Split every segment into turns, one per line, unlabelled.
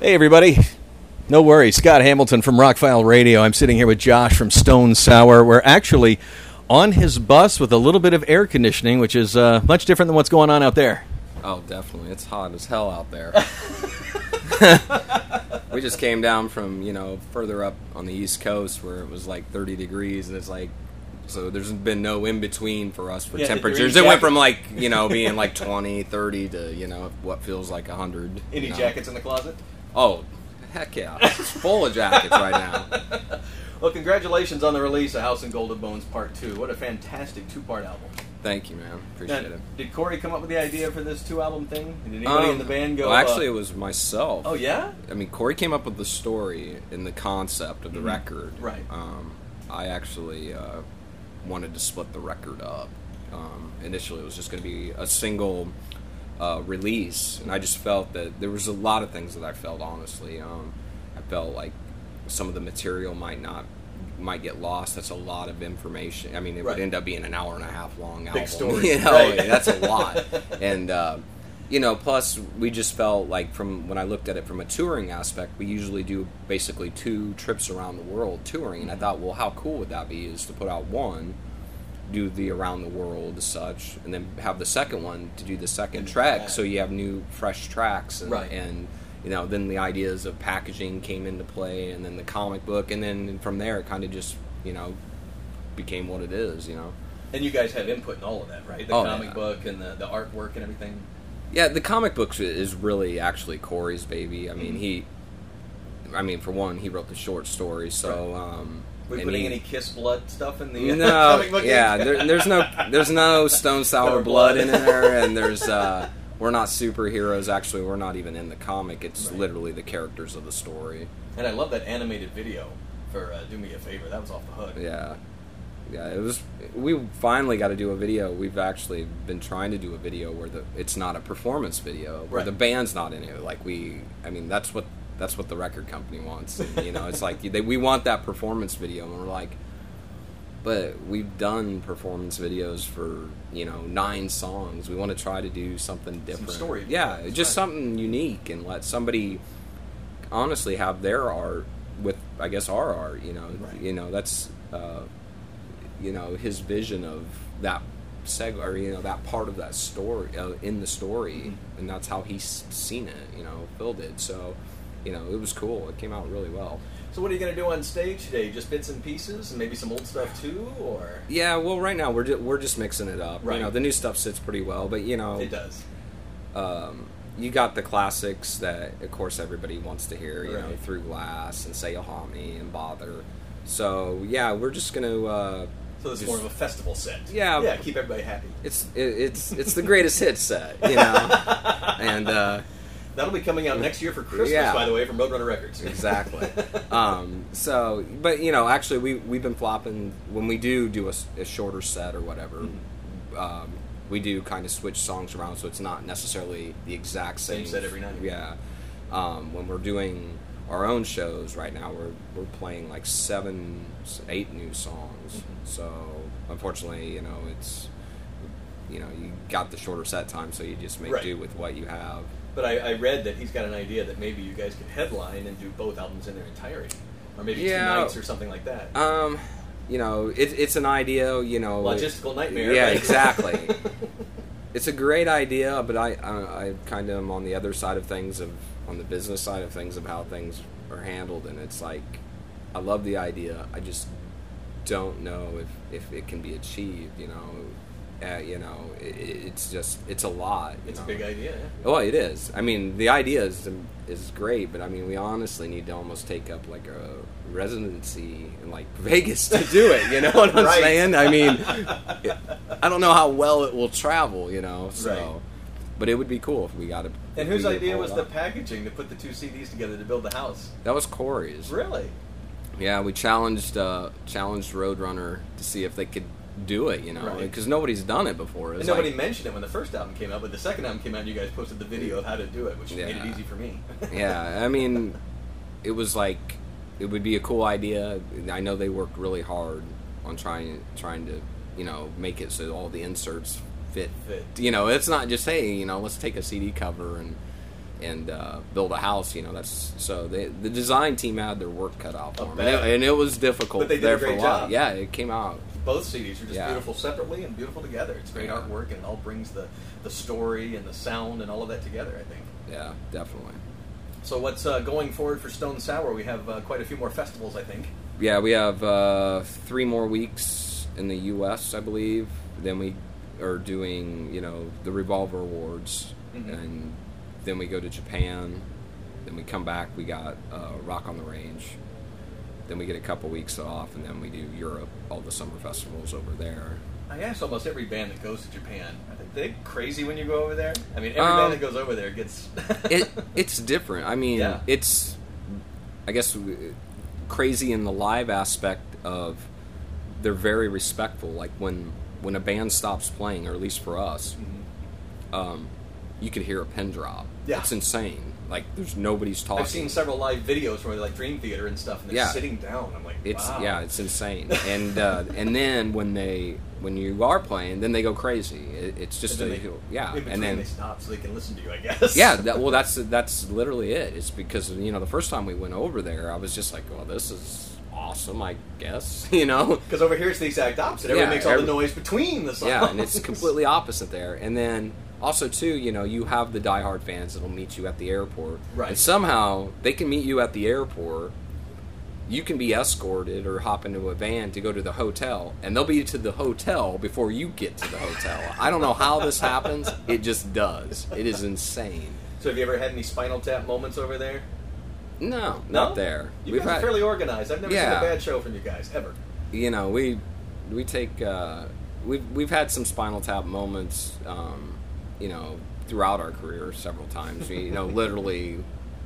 Hey, everybody. No worries. Scott Hamilton from Rockfile Radio. I'm sitting here with Josh from Stone Sour. We're actually on his bus with a little bit of air conditioning, which is uh, much different than what's going on out there.
Oh, definitely. It's hot as hell out there. we just came down from, you know, further up on the East Coast where it was like 30 degrees and it's like so there's been no in between for us for
Yeah, you're
temperatures.
in
It
jacket.
went from like, you know, being like 20, 30 to, you know, what feels like 100.
Any
you know.
jackets in the closet?
Oh, heck yeah. It's full of jackets right now.
Well, congratulations on the release of House and Golden Bones Part 2. What a fantastic two part album.
Thank you, man.
Now,
Appreciate it.
did Corey come up with the idea for this two album thing? Did anybody in
Um,
the band go?
Well, actually,
uh,
it was myself.
oh, yeah?
I mean, Corey came up with the story and the concept of the record.
Mm-hmm. Right.
Um, I actually uh, wanted to split the record up. Um, initially, it was just going to be a single uh, release, and I just felt that there was a lot of things that I felt. Honestly, um, I felt like some of the material might not might get lost. That's a lot of information. I mean, it
Right.
would end up being an hour and a half long
Big
album.
story.
You know,
Right.
that's a lot. and uh, you know, plus we just felt like from when I looked at it from a touring aspect, we usually do basically two trips around the world touring,
Mm-hmm.
and I thought, well, how cool would that be? Is to put out one, do the around the world as such, and then have the second one to do the second
And
track,
back.
so you have new fresh tracks and.
Right.
and you know, then the ideas of packaging came into play, and then the comic book, and then from there, it kind of just, you know, became what it is, you know.
And you guys have input in all of that, right? The
Oh,
comic
yeah.
book and the, the artwork and everything.
Yeah, the comic books is really actually Corey's baby. I mean,
Mm-hmm.
he, I mean, for one, he wrote the short story, so. Um,
We
and
putting
he-
any Kiss blood stuff in the uh, comic
no,
book?
yeah, there, there's no, there's no stone sour
Or
blood
blood.
in there, and there's, uh, we're not superheroes. Actually, we're not even in the comic. It's
Right.
literally the characters of the story.
And I love that animated video for uh, Do Me a Favor. That was off the hook.
Yeah, yeah. It was. We finally got to do a video. We've actually been trying to do a video where the it's not a performance video where
Right.
the band's not in it. Like we, I mean, that's what that's what the record company wants. you know, it's like they, we want that performance video, and we're like. But we've done performance videos for you know nine songs. We want to try to do something different.
story.
yeah,
That's
just
right.
something unique and let somebody honestly have their art with I guess our art, you know.
Right.
You know, that's uh, you know, his vision of that seg or you know, that part of that story uh, in the story
Mm-hmm.
and that's how he's seen it, you know, filled it. So, you know, it was cool. It came out really well.
So what are you going to do on stage today? Just bits and pieces, and maybe some old stuff too, or
Yeah, well right now we're ju- we're just mixing it up.
Right.
You know, the new stuff sits pretty well, but you know,
it does.
um, you got the classics that, of course, everybody wants to hear. You know,
Right.
through glass and say Yohami and bother. So yeah, we're just gonna. Uh,
So it's
just-
more of a festival set.
Yeah.
yeah. Keep everybody happy.
It's it, it's it's the greatest hit set, you know, and uh,
That'll be coming out next year for Christmas,
Yeah.
by the way, from Roadrunner Records.
exactly. Um, so, but you know, actually, we we've been flopping when we do do a, s- a shorter set or whatever.
Mm-hmm.
Um, we do kind of switch songs around, so it's not necessarily the exact same,
Same set every night.
Yeah. Um, when we're doing our own shows right now, we're we're playing like seven, s- eight new songs.
Mm-hmm.
So unfortunately, you know, it's you know you got the shorter set time, so you just make
Right.
do with what you have.
But I, I read that he's got an idea that maybe you guys could headline and do both albums in their entirety, or maybe
Yeah.
two nights or something like that.
Um, you know, it, it's an idea. You know,
Logistical nightmare.
Oh, Yeah,
right?
exactly. it's a great idea, but I, I, I kind of am on the other side of things of on the business side of things of how things are handled, and it's like, I love the idea. I just don't know if, if it can be achieved. You know, uh, you know, i i- it's just it's a lot. you
it's a
know?
big idea. yeah.
Well, it is. I mean, the idea is is great, but I mean, we honestly need to almost take up like a residency in like Vegas to do it. You know what I'm
Right.
saying? I mean, it- I don't know how well it will travel. You know, so.
Right.
But it would be cool if we got it.
And whose idea was the packaging to put the two CDs together to build the house?
that was Corey's.
Really?
Yeah, we challenged uh, challenged Roadrunner to see if they could do it. You know,
Right.
because nobody's done it before. It
And
was
nobody
like-
mentioned it when the first album came out, but the second album came out, and you guys posted the video of how to do it, which made it
Yeah.
easy for me.
yeah, I mean, it was like it would be a cool idea. I know they worked really hard on trying trying to you know make it so all the inserts fit.
Fit.
You know, it's not just hey, you know, let's take a CD cover and and uh, build a house. You know, that's so they, the design team had their work cut out for
I'll
them, and it,
bet.
and it was difficult.
But they did
there
a
for
great
a while.
job.
Yeah, it came out.
both CDs are just
Yeah.
beautiful separately and beautiful together. It's great
Yeah.
artwork and it all brings the, the story and the sound and all of that together, I think.
Yeah, definitely.
So, what's uh, going forward for Stone Sour? We have uh, quite a few more festivals, I think.
Yeah, we have uh, three more weeks in the U.S., I believe. Then we are doing, you know, the Revolver Awards,
Mhm.
and then we go to Japan. Then we come back. We got uh, Rock on the Range. Then we get a couple weeks off, and then we do Europe, all the summer festivals over there.
I asked almost every band that goes to Japan. Are they crazy when you go over there? I mean, every
Um,
band that goes over there gets.
it it's different. I mean,
Yeah.
it's I guess w- crazy in the live aspect of they're very respectful. Like when when a band stops playing, or at least for us, um, you could hear a pin drop.
Mm-hmm. Yeah.
it's insane. Like there's nobody's talking.
I've seen several live videos where like Dream Theater and stuff, and they're
Yeah.
sitting down. I'm like,
It's
wow.
yeah, it's insane. And uh, and then when they when you are playing, then they go crazy. It, it's just
And
a
then they-
yeah,
in between
and then
they stop so they can listen to you. I guess.
yeah that, well that's that's literally it it's because you know the first time we went over there i was just like well this is awesome i guess you know
Because over here it's the exact opposite. Everyone
Yeah,
makes all
every-
the noise between the songs.
yeah and it's completely opposite there and then also too you know you have the diehard fans that'll meet you at the airport
Right.
and somehow they can meet you at the airport you can be escorted or hop into a van to go to the hotel and they'll be to the hotel before you get to the hotel i don't know how this happens it just does it is insane
So have you ever had any Spinal Tap moments over there?
no,
No?
not there.
You
We've
guys
had-
are fairly organized. I've never
Yeah.
seen a bad show from you guys ever.
you know we we take uh, we've we've had some spinal tap moments um, you know throughout our career several times you know literally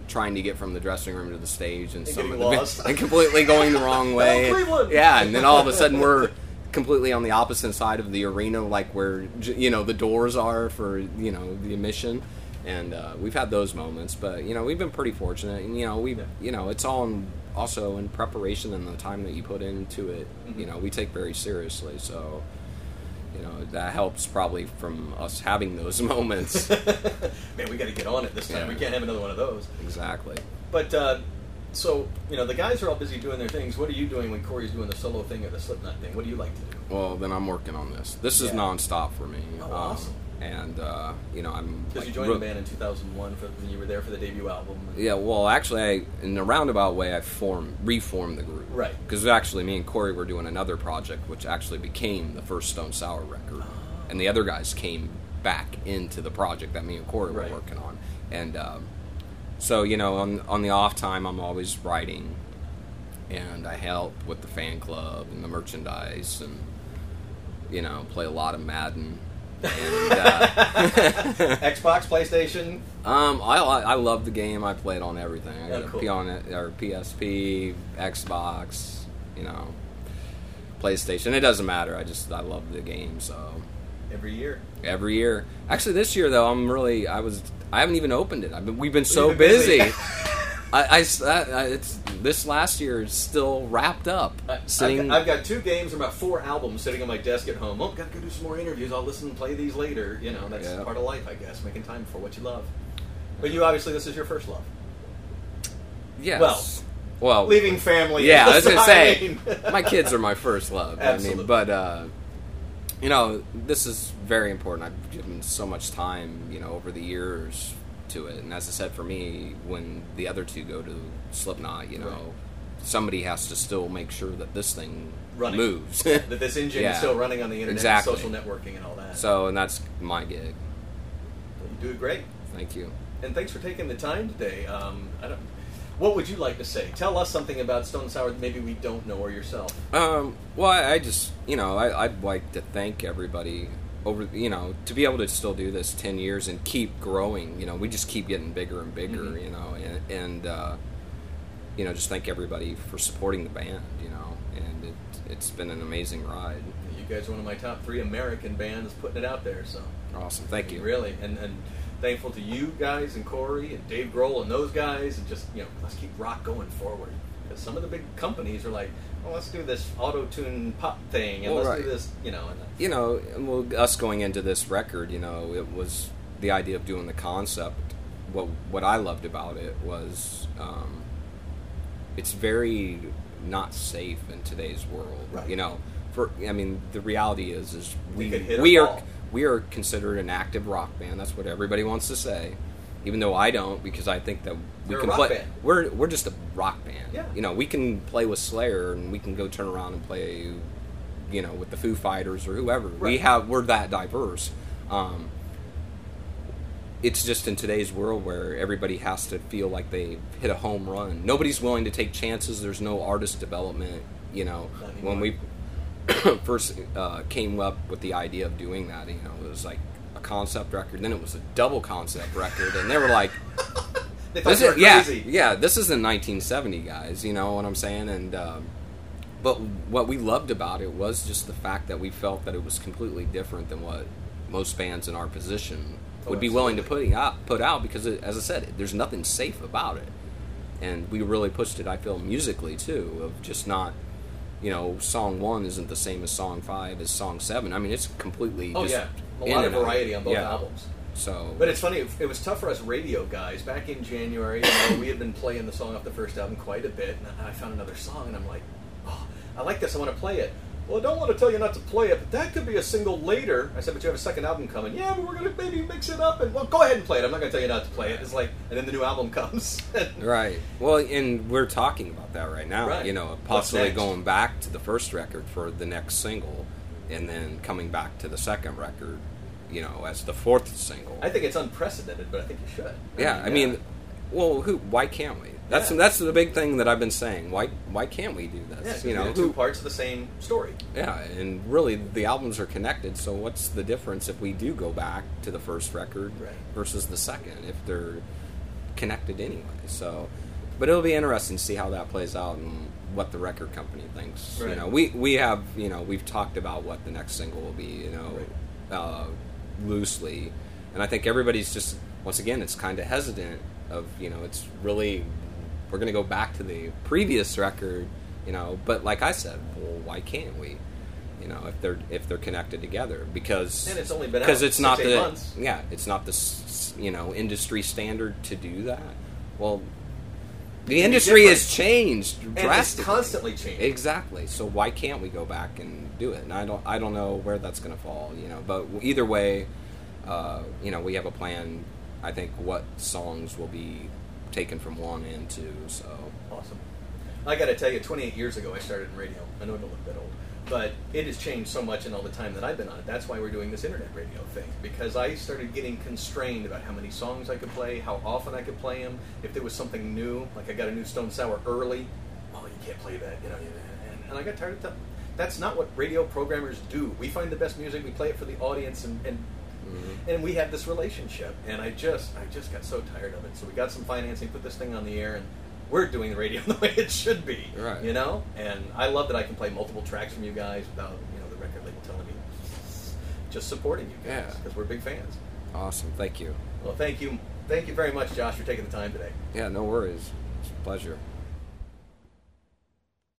trying to get from the dressing room to the stage and,
And
some
getting
of the-
lost.
and completely going the wrong way
Oh, Cleveland!
yeah and then all of a sudden we're completely on the opposite side of the arena like where j- you know the doors are for you know the admission and uh, we've had those moments but you know we've been pretty fortunate and you know we
Yeah.
have you know it's all in, also in preparation and the time that you put into it you
Mm-hmm.
know we take very seriously so you know that helps probably from us having those moments
Man, we got to get on it this time.
Yeah.
We can't have another one of those.
exactly
But uh, so you know, the guys are all busy doing their things. What are you doing when Corey's doing the solo thing or the Slipknot thing? What do you like to do?
well then i'm working on this this is
Yeah.
nonstop for me Um,
Oh, awesome.
and uh, you know i'm
Because
like,
you joined
ro-
the band in 2001 for, when you were there for the debut album.
Yeah, well, actually, I, in a roundabout way, I form reformed the group.
Right.
Because actually, me and Corey were doing another project, which actually became the first Stone Sour record, and the other guys came back into the project that me and Corey
Right.
were working on, and um, so you know, on on the off time, I'm always writing, and I help with the fan club and the merchandise, and you know, play a lot of Madden. And, uh,
Xbox, PlayStation.
Um, I li- I love the game. I play it on everything. I got
Oh,
a
cool.
P on it or PSP, Xbox, you know, PlayStation. It doesn't matter. I just I love the game. So
Every year.
every year, actually this year though, I'm really I was I haven't even opened it. I've been, we've been so
been busy.
busy. I, I s- I- I- it's this last year is still wrapped up.
I- I've
Uh, Sitting,
got- I've, got, two games and about four albums sitting on my desk at home. Oh, gotta go do some more interviews. I'll listen and play these later. You know, that's
Yeah.
part of life, I guess, making time for what you love. But you obviously, this is your first love.
yes. Well,
Leaving family.
Oh. Yeah, I was
is
gonna
what
say
mean.
my kids are my first love. I
Absolutely.
mean, but uh, you know, this is very important. I've given so much time, you know, over the years to it. And as I said, for me, when the other two go to Slipknot, you know,
Right.
somebody has to still make sure that this thing
Running.
moves.
that this engine is
Yeah.
still running on the internet,
Exactly.
social networking, and all that.
so, and that's my gig.
you do it great.
Thank you.
and thanks for taking the time today. Um, I don't, what would you like to say? Tell us something about Stone Sour that maybe we don't know or yourself.
Um, well, I, I just, you know, I, I'd like to thank everybody over, you know, to be able to still do this 10 years and keep growing. You know, we just keep getting bigger and bigger,
Mhm.
you know, and, and uh, you know, just thank everybody for supporting the band, you know, and it, it's been an amazing ride.
You guys are one of my top three American bands putting it out there, so
Awesome. Thank you.
really, and, and thankful to you guys and Corey and Dave Grohl and those guys, and just you know, let's keep rock going forward. Because some of the big companies are like, well, let's do this auto tune pop thing, and
Well,
let's do
right.
this, you know, and
you know, and well, us going into this record, you know, it was the idea of doing the concept what what I loved about it was um, it's very not safe in today's world.
Right.
You know, for I mean, the reality is is we
We could hit a
we are
wall.
we are considered an active rock band. That's what everybody wants to say, even though I don't because I think that we
You're a
can
rock
play.
band.
We're we're just a rock band.
Yeah.
You know, we can play with Slayer and we can go turn around and play, you know, with the Foo Fighters or whoever. We
Right.
have we're that diverse. Um, it's just in today's world where everybody has to feel like they hit a home run. Nobody's willing to take chances. There's no artist development. You know,
Not anymore.
when we first uh, came up with the idea of doing that, you know, it was like a concept record, then it was a double concept record, and they were like,
They thought
this
you were
is, yeah,
crazy.
yeah, this is in 1970, guys. You know what I'm saying? And um, but what we loved about it was just the fact that we felt that it was completely different than what most bands in our position
Oh,
would be willing to put out, put out because, it, as I said, there's nothing safe about it. And we really pushed it. I feel musically too, of just not, you know, song one isn't the same as song five as song seven. I mean, it's completely.
Oh
just
yeah, a
in
lot of
and out.
variety on both
Yeah.
albums.
So,
But it's funny. It, it was tough for us radio guys back in January. You know, we had been playing the song off the first album quite a bit, and I found another song, and I'm like, "Oh, I like this. I want to play it." Well, I don't want to tell you not to play it, but that could be a single later. I said, "But you have a second album coming." Yeah, but we're gonna maybe mix it up, and well, go ahead and play it. I'm not gonna tell you not to play it. It's like, and then the new album comes.
Right. Well, and we're talking about that right now.
Right.
You know,
What's
possibly
next?
going back to the first record for the next single, and then coming back to the second record, you know, as the fourth single.
I think it's unprecedented, but I think you should.
yeah. I mean, well, who? Why can't we? That's
Yeah.
that's the big thing that I've been saying. Why why can't we do
yeah,
this?
you
you know,
two
who,
parts of the same story.
yeah, and really the albums are connected. So what's the difference if we do go back to the first record
Right.
versus the second if they're connected anyway? So, but it'll be interesting to see how that plays out and what the record company thinks. You
Right.
know, we we have you know we've talked about what the next single will be. You know, uh, loosely, and I think everybody's just once again it's kind of hesitant of you know it's really we're gonna go back to the previous record. You know, but like I said, well, why can't we? You know, if they're if they're connected together, because
And it's only been out
because it's
six,
not
eight
the
months.
yeah it's not the s- s- you know industry standard to do that. Well, the
be
industry
different.
has changed
And it's
drastically,
constantly changing.
Exactly. So why can't we go back and do it? And I don't I don't know where that's going to fall. You know, but either way, uh, you know, we have a plan. I think what songs will be taken from one and two. So
Awesome. I got to tell you, 28 years ago, I started in radio. I know I don't look that old, but it has changed so much in all the time that I've been on it. That's why we're doing this internet radio thing because I started getting constrained about how many songs I could play, how often I could play them. If there was something new, like I got a new Stone Sour early, oh, you can't play that, you know. you- And, and I got tired of that. That's not what radio programmers do. We find the best music, we play it for the audience, and, and and we had this relationship and i just i just got so tired of it so we got some financing put this thing on the air and we're doing the radio the way it should be
Right.
you know and i love that i can play multiple tracks from you guys without you know the record label telling me just supporting you guys
Yeah.
because we're big fans
awesome. Thank you.
well thank you thank you very much josh for taking the time today
Yeah. No worries. It's a pleasure.